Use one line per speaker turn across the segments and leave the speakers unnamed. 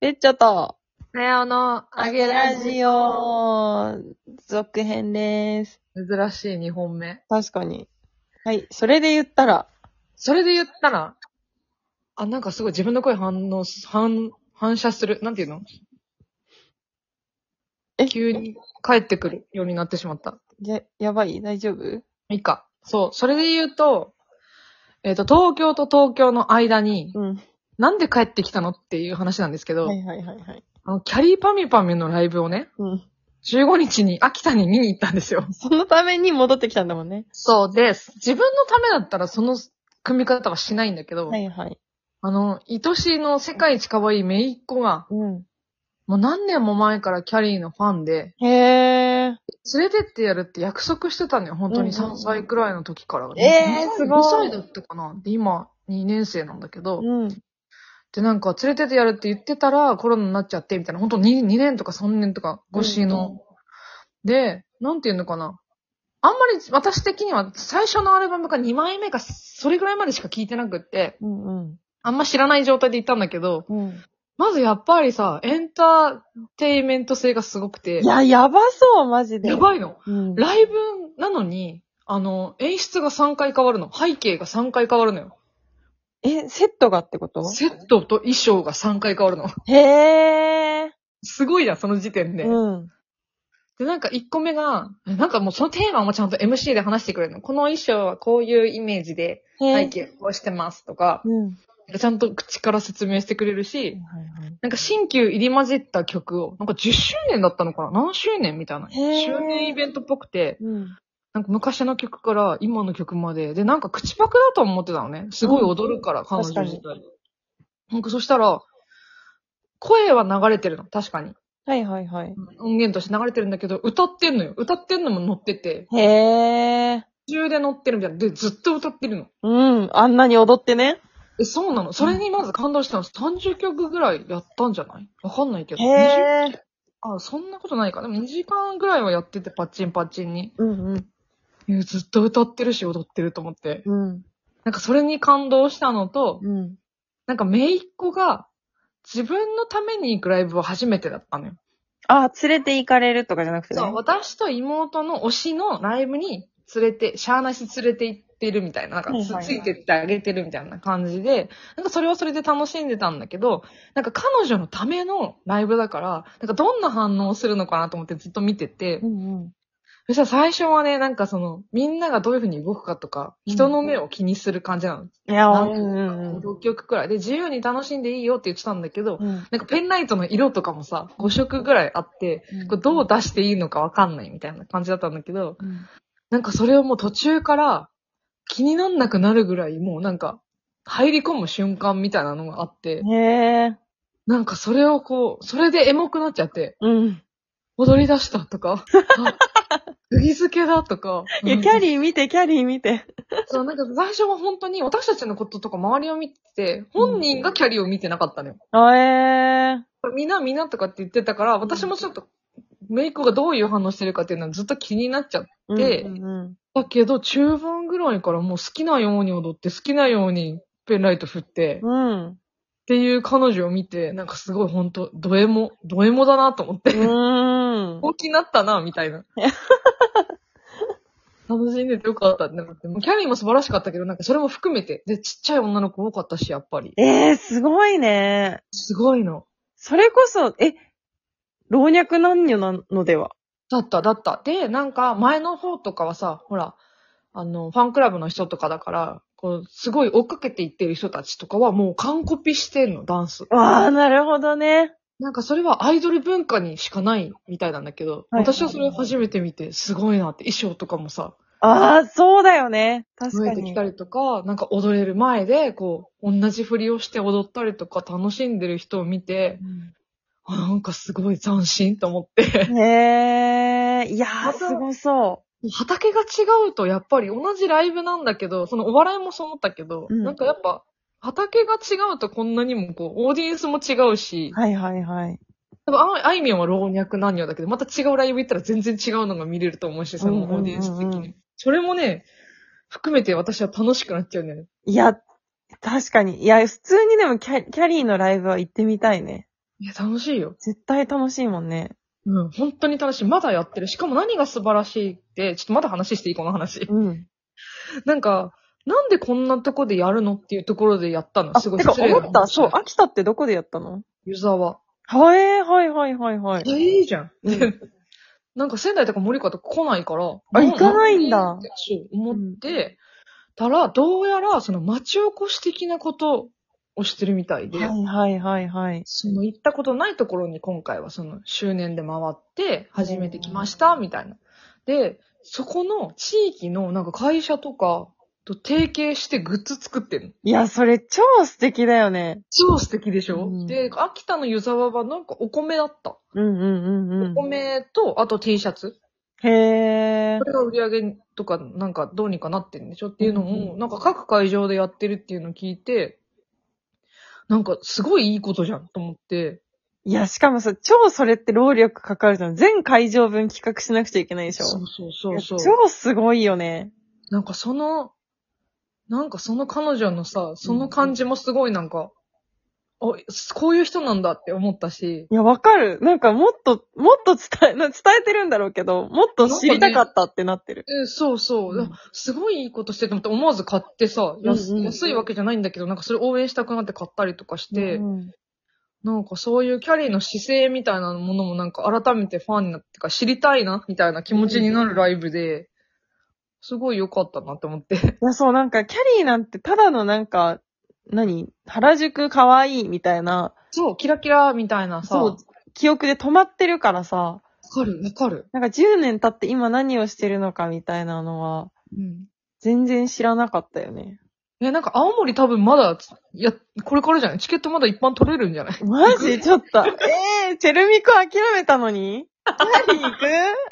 べっちょと、
さようの、
あげラジ。オ、続編です。
珍しい2本目。
確かに。はい、それで言ったら、
それで言ったら、あ、なんかすごい自分の声反応す、反、反射する。なんていうの
え
急に帰ってくるようになってしまった。
や、やばい大丈夫
いいか。そう。それで言うと、えっ、と、東京と東京の間に、
うん。
なんで帰ってきたのっていう話なんですけど、
はいはいはいはい。
あの、キャリーパミュパミュのライブをね、
うん。
15日に秋田に見に行ったんですよ。
そのために戻ってきたんだもんね。
そうです。自分のためだったらその組み方はしないんだけど、
はいはい。
あの、愛しいの世界一可愛いめいっ子が、
うん。
もう何年も前からキャリーのファンで、
へー。
連れてってやるって約束してたのよ。本当に
うんうんうん
3歳くらいの時から。
えーすごい
2歳だったかな。で、今、2年生なんだけど、
うん。
で、なんか、連れてってやるって言ってたら、コロナになっちゃって、みたいな。本当に 2, 2年とか3年とか、越し
うん
の。で、なんていうのかな。あんまり、私的には、最初のアルバムが2枚目か、それぐらいまでしか聞いてなくって、
うんうん。
あんま知らない状態で行ったんだけど、
うん。
まずやっぱりさ、エンターテイメント性がすごくて、
いや、やばそう、マジで。
やばいの。
うん。
ライブなのに、あの、演出が3回変わるの。背景が3回変わるのよ。
え、セットがってこと
セットと衣装が3回変わるの。
へー。
すごいじゃん、その時点で。
うん。
で、なんか1個目が、なんかもうそのテーマもちゃんと MC で話してくれるの。この衣装はこういうイメージで
へ
背。景をしてますとか、
うん。
ちゃんと口から説明してくれるし、
はい
なんか新旧入り混じった曲を、なんか10周年だったのかな何周年みたいな。周
へー
年イベントっぽくて、
はい。
なんか昔の曲から今の曲まで、で、なんか口パクだと思ってたのね。すごい踊るから、彼
確か
女
に
自体。なんかそしたら、声は流れてるの、確かに。
はいはいはい。
音源として流れてるんだけど、歌ってんのよ。歌ってんのも乗ってて、
へー。
途中で乗ってるみたいな。で、ずっと歌ってるの。
うん。あんなに踊ってね。
え、そうなのそれにまず感動したの。30曲ぐらいやったんじゃないわかんないけど。20
へー。
あ、そんなことないか。でも2時間ぐらいはやってて、パッチンパッチンに。
うんうん。
いやずっと歌ってるし、踊ってると思って。
うん。
なんかそれに感動したのと、
うん。
なんかめいっ子が、自分のために行くライブは初めてだったのよ。
あ、連れて行かれるとかじゃなくてね。
そう、私と妹の推しのライブに連れて、しゃーなし連れて行ってるみたいな、なんか
はい
つ,、
はい
ついてってあげてるみたいな感じで、なんかそれはそれで楽しんでたんだけど、なんか彼女のためのライブだから、なんかどんな反応をするのかなと思ってずっと見てて、
うんうん。
そしたら最初はね、なんかその、みんながどういう風に動くかとか、
うん
人の目を気にする感じなの。
いや、
な
うん
んか
うん
6曲くらい。で、自由に楽しんでいいよって言ってたんだけど、
うん。
なんかペンライトの色とかもさ、5色くらいあって、これどう出していいのかわかんないみたいな感じだったんだけど、
うん
なんかそれをもう途中から気になんなくなるぐらい、もうなんか、入り込む瞬間みたいなのがあって、
へー。
なんかそれをこう、それでエモくなっちゃって、
うん。
踊り出したとか、 あ釘付けだとか。
いや、キャリー見て、キャリー見て。
そう、なんか最初は本当に私たちのこととか周りを見てて、本人がキャリーを見てなかったのよ。
あえー。
みんなみんなとかって言ってたから、私もちょっと、メイクがどういう反応してるかっていうのはずっと気になっちゃっで
うんうんうん
たけど、中盤ぐらいからもう好きなように踊って、好きなようにペンライト振って、っ
うん。
ていう彼女を見て、なんかすごい本当ドエモ、ドエモだなと思 って、
うん。
大きになったな、みたいな。楽しんでてよかったって思って、もうキャリーも素晴らしかったけど、なんかそれも含めて、で、ちっちゃい女の子多かったし、やっぱり。
えー、すごいね。
すごいの。
それこそ、え、老若男女なのでは。
だった、だった。で、なんか、前の方とかはさ、ほら、あの、ファンクラブの人とかだから、こう、すごい追っかけていってる人たちとかは、もう完コピしてんの、ダンス。
ああ、なるほどね。
なんか、それはアイドル文化にしかないみたいなんだけど、
はい
私はそれを初めて見て、すごいなって、衣装とかもさ、
ああ、そうだよね。確
増
か
えてき
に
た。りとか、なんか踊れる前で、こう、同じ振りをして踊ったりとか、楽しんでる人を見て、あなんかすごい斬新と思って。
へえー。いやー、
また
すごそう。
畑が違うと、やっぱり同じライブなんだけど、そのお笑いもそう思ったけど、
うん
なんかやっぱ、畑が違うとこんなにもこう、オーディエンスも違うし、
はいはいはい。
多分ああいみょんは老若男女だけど、また違うライブ行ったら全然違うのが見れると思うし、そのオーディエンス的に。
うんうんうんうん
それもね、含めて私は楽しくなっちゃうんだよね。
いや、確かに。いや、普通にでもキャキャリーのライブは行ってみたいね。
いや、楽しいよ。
絶対楽しいもんね。
うん、本当に楽しい。まだやってる。しかも何が素晴らしいって、ちょっとまだ話していいこの話。
うん。
なんか、なんでこんなとこでやるのっていうところでやったの。
あ、
すごい
てか
失礼な
思った。そう、
あ
秋田ってどこでやったの
湯沢。
はい、えー、はいはいはいはい
え。いいじゃん。
うん
なんか仙台とか森川とか来ないから。
あ行かないんだ
ってそう、思って、たら、どうやら、その町おこし的なことをしてるみたいで。
はいはいはいはい。
その行ったことないところに今回はその周年で回って初めて来ましたみたいな。で、そこの地域のなんか会社とかと提携してグッズ作ってるの。
いや、それ超素敵だよね。
超素敵でしょ、
うん
で、秋田の湯沢はなんかお米だった。
うんうんうんうん
お。米と、あと T シャツ。
へー
こ。れが売り上げとかなんかどうにかなってんでしょっていうの
うん
も、
うん
なんか各会場でやってるっていうのを聞いて、なんかすごいいいことじゃんと思って。
いや、しかもさ、超それって労力かかるじゃん。全会場分企画しなくちゃいけないでしょ。
そうそうそうそう。
いや超すごいよね。
なんかその、なんかその彼女のさ、その感じもすごいなんか、お、こういう人なんだって思ったし、
いや、わかる。なんかもっと、もっと伝え、な伝えてるんだろうけど、もっと知りたかったってなってる。
えそうそう、
うん
すごいいいことしてると思って思わず買ってさ、
うん
安
うんうん
安いわけじゃないんだけど、なんかそれ応援したくなって買ったりとかして、
うん
なんかそういうキャリーの姿勢みたいなものもなんか改めてファンになってか知りたいなみたいな気持ちになるライブで、すごい良かったなって思って。
いや、そう、なんか、キャリーなんてただのなんか、何原宿可愛いみたいな、
そう、キラキラみたいなさ、
そう、記憶で止まってるからさ、
わかる、わかる。
なんか10年経って今何をしてるのかみたいなのは、
うん。
全然知らなかったよね。
え、なんか青森多分まだ、いや、これからじゃないチケットまだ一般取れるんじゃない
マジちょっと。ええチェルミコ諦めたのにキャリー行く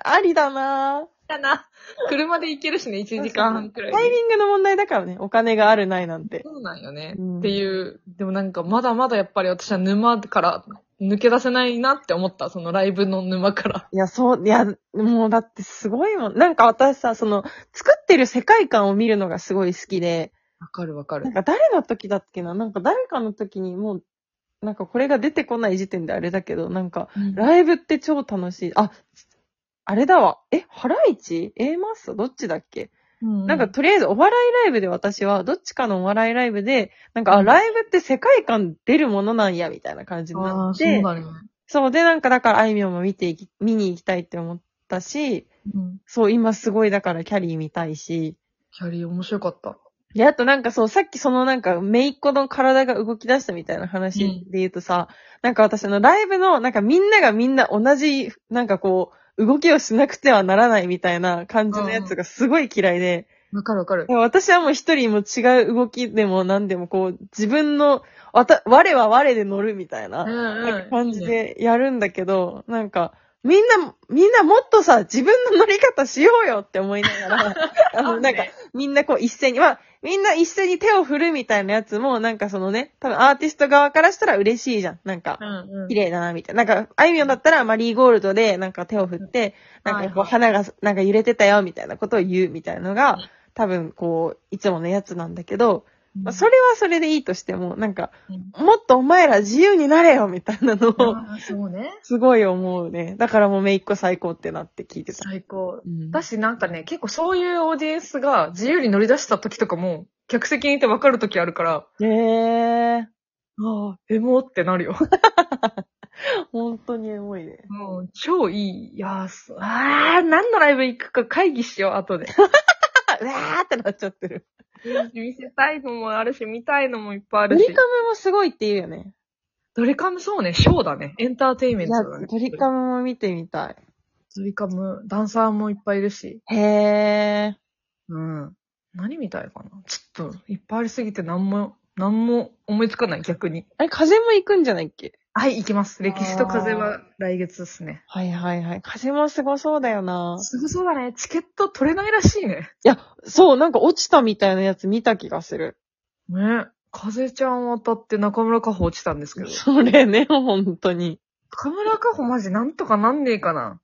ありだなぁ
だな。車で行けるしね、1時間半くらいで。
タイミングの問題だからね。お金があるないなんて。
そうなんよね。
うん
っていう、でもなんかまだまだやっぱり私は沼から抜け出せないなって思った、そのライブの沼から。
いや、そう、いや、もうだってすごいもん。なんか私さ、その、作ってる世界観を見るのがすごい好きで、
わかるわかる
なん。か誰の時だっけななんか誰かの時にもう、なんかこれが出てこない時点であれだけど、なんか、ライブって超楽しい。あ、あれだわ。え、ハライチ ?A マッソどっちだっけ、
な
なんか、とりあえずお笑いライブで私は、どっちかのお笑いライブで、なんか、あ、ライブって世界観出るものなんや、みたいな感じに
あ
な
あ、
っ
そ
て。
うだね。
そう、で、なんかだから、あいみょんも見ていき、見に行きたいって思ったし、
うん。
そう、今すごいだからキャリー見たいし、
キャリー面白かった。
で、あとなんかそう、さっきそのなんか、めいっ子の体が動き出したみたいな話で言うとさ、なんか私のライブの、なんかみんながみんな同じ、なんかこう、動きをしなくてはならないみたいな感じのやつがすごい嫌いで、
わかるわかる
で。も私はもう一人も違う動きでも何でもこう、自分の、わた、我は我で乗るみたいな。なんか感じ
いいね。
でやるんだけど、なんか、みんな、みんなもっとさ、自分の乗り方しようよって思いなが ら、あの、なんか、みんなこう一斉に、まあ、みんな一斉に手を振るみたいなやつも、なんかそのね、多分アーティスト側からしたら嬉しいじゃん。なんか
う、んうん
綺。麗だな、みたいな。なんか、あいみょんだったらマリーゴールドで、なんか手を振って、
うん
なんかこう、
はい
花が、なんか揺れてたよ、みたいなことを言うみたいなのが
うん、
多分こう、いつものやつなんだけど、まあ、そ
れ、
れはそれでいいとしても、なんか、もっとお前ら自由になれよみたいなのを、
あーそうね。
すごい思うね。だからもうめいっ子最高ってなって聞いてた。
最高。
うん
だしなんかね、結構そういうオーディエンスが自由に乗り出した時とかも、客席にいてわかる時あるから、
へえー、
ああ、エモってなるよ。
本当にエモいね。
もう、超いい。いやー、そうああ、何のライブ行くか会議しよう、後で。
あうわーってなっちゃってる。
見せたいのもあるし、見たいのもいっぱいあ
ド
る
リ
し。
カムもすごいって言うよね。
ドリカムそうね、ショーだね。エンターテイン
い
メント
や、
だね。
ドリカムも見てみた
ドリカム、ダンサーもいっぱいいるし。
い。へー。
うん。何みたいかなちょっと、いっぱいありすぎて何も、何も思いつかない、逆に。
あれ、風も行くんじゃないっけ
はい、行きます。歴史と風は来月ですね。
はいはいはい。風もすごそうだよな。
すごそうだね。チケット取れないらしいね。
いや、そう、なんか落ちたみたいなやつ見た気がする。
ね。風ちゃんを当たって中村佳穂落ちたんですけど。
それね、本当に。
中村佳穂マジなんとかなんねえかな。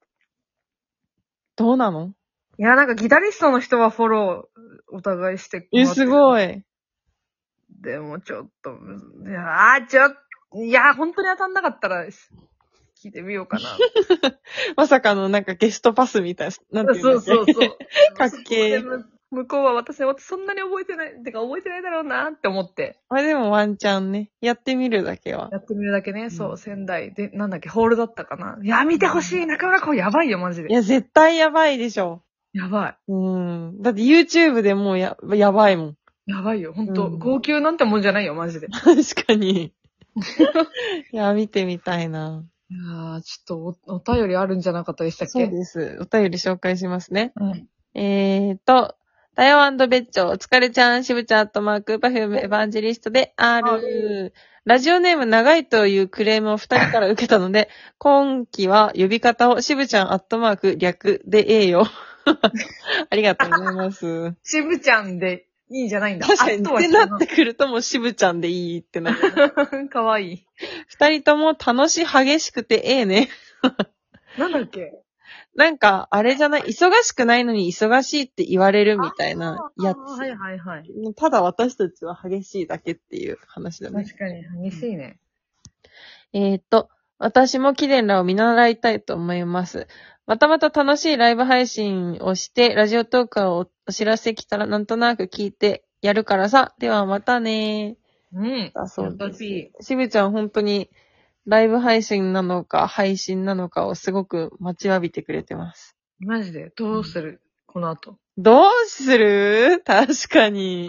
どうなの
いや、なんかギタリストの人はフォローお互いして
え、すご
い。
い。
でもちょっとむず、いやあー、ちょっいやー、本当に当たんなかったら、聞いてみようかな。
まさかのなんかゲストパスみたいな。なんていうん
そ
だ
う
っけ
そ うそう。
かっけえ
でむ向こうは私のことそんなに覚えてない、てか覚えてないだろうなって思って。
まあでもワンチャンね、やってみるだけは。
やってみるだけね、そうう、
ん
仙台で、なんだっけ、ホールだったかな。いや、見てほしい、中村こうやばいよ、マジ
い
で。
や、絶対やばいでしょ。
やば
うん。だって YouTube でもうや、やばいもん。
い。やばいよ、ほんと。
うん
号泣なんてもんじゃないよ、マジで。い
確か に。いや、見てみたいな。
やー、ちょっとお、お便りあるんじゃなかったでしたっけ
そうです。お便り紹介しますね。
うん。
えーと、ダイワンドベッチョ、お疲れちゃん、しぶちゃん、アットマーク、パフューム、エヴァンジェリストで R
R。
ラジオネーム長いというクレームを二人から受けたので、今期は呼び方をしぶちゃん、アットマーク、略でええよ。 ありがとうございます。
ちぶちゃんでいいんじゃないんだ。
確かに、
あとは
ってなってくるともうしぶちゃんでいいってなる。
違う かわいい。
二人とも楽し激しくてええね。
なんだっけ
なんか、あれじゃない、忙しくないのに忙しいって言われるみたいなやつ。
あーはいはいはい。
ただ私たちは激しいだけっていう話だね。
確かに、激しいね。
えーっと、私もキレンラを見習いたいと思います。またまた楽しいライブ配信をして、ラジオトーカーをお知らせ来たらなんとなく聞いてやるからさ。ではまたね
うん。
だそう
や
です
った。し
しぶちゃん本当にライブ配信なのか配信なのかをすごく待ちわびてくれてます。
マジで、どうするこの後。
どうする確か に。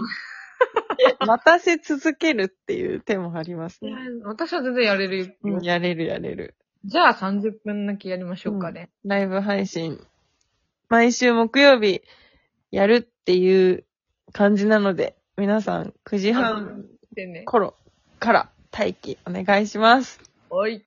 待たせ続けるっていう手もあります
いや
ね。
私は全然やれるよ。
やれるやれる。
じゃあ30分だけやりましょうかね。
ライブ配信。毎週木曜日やるっていう感じなので、皆さん9時
う
半
でね。
頃から待機お願いします。
はい。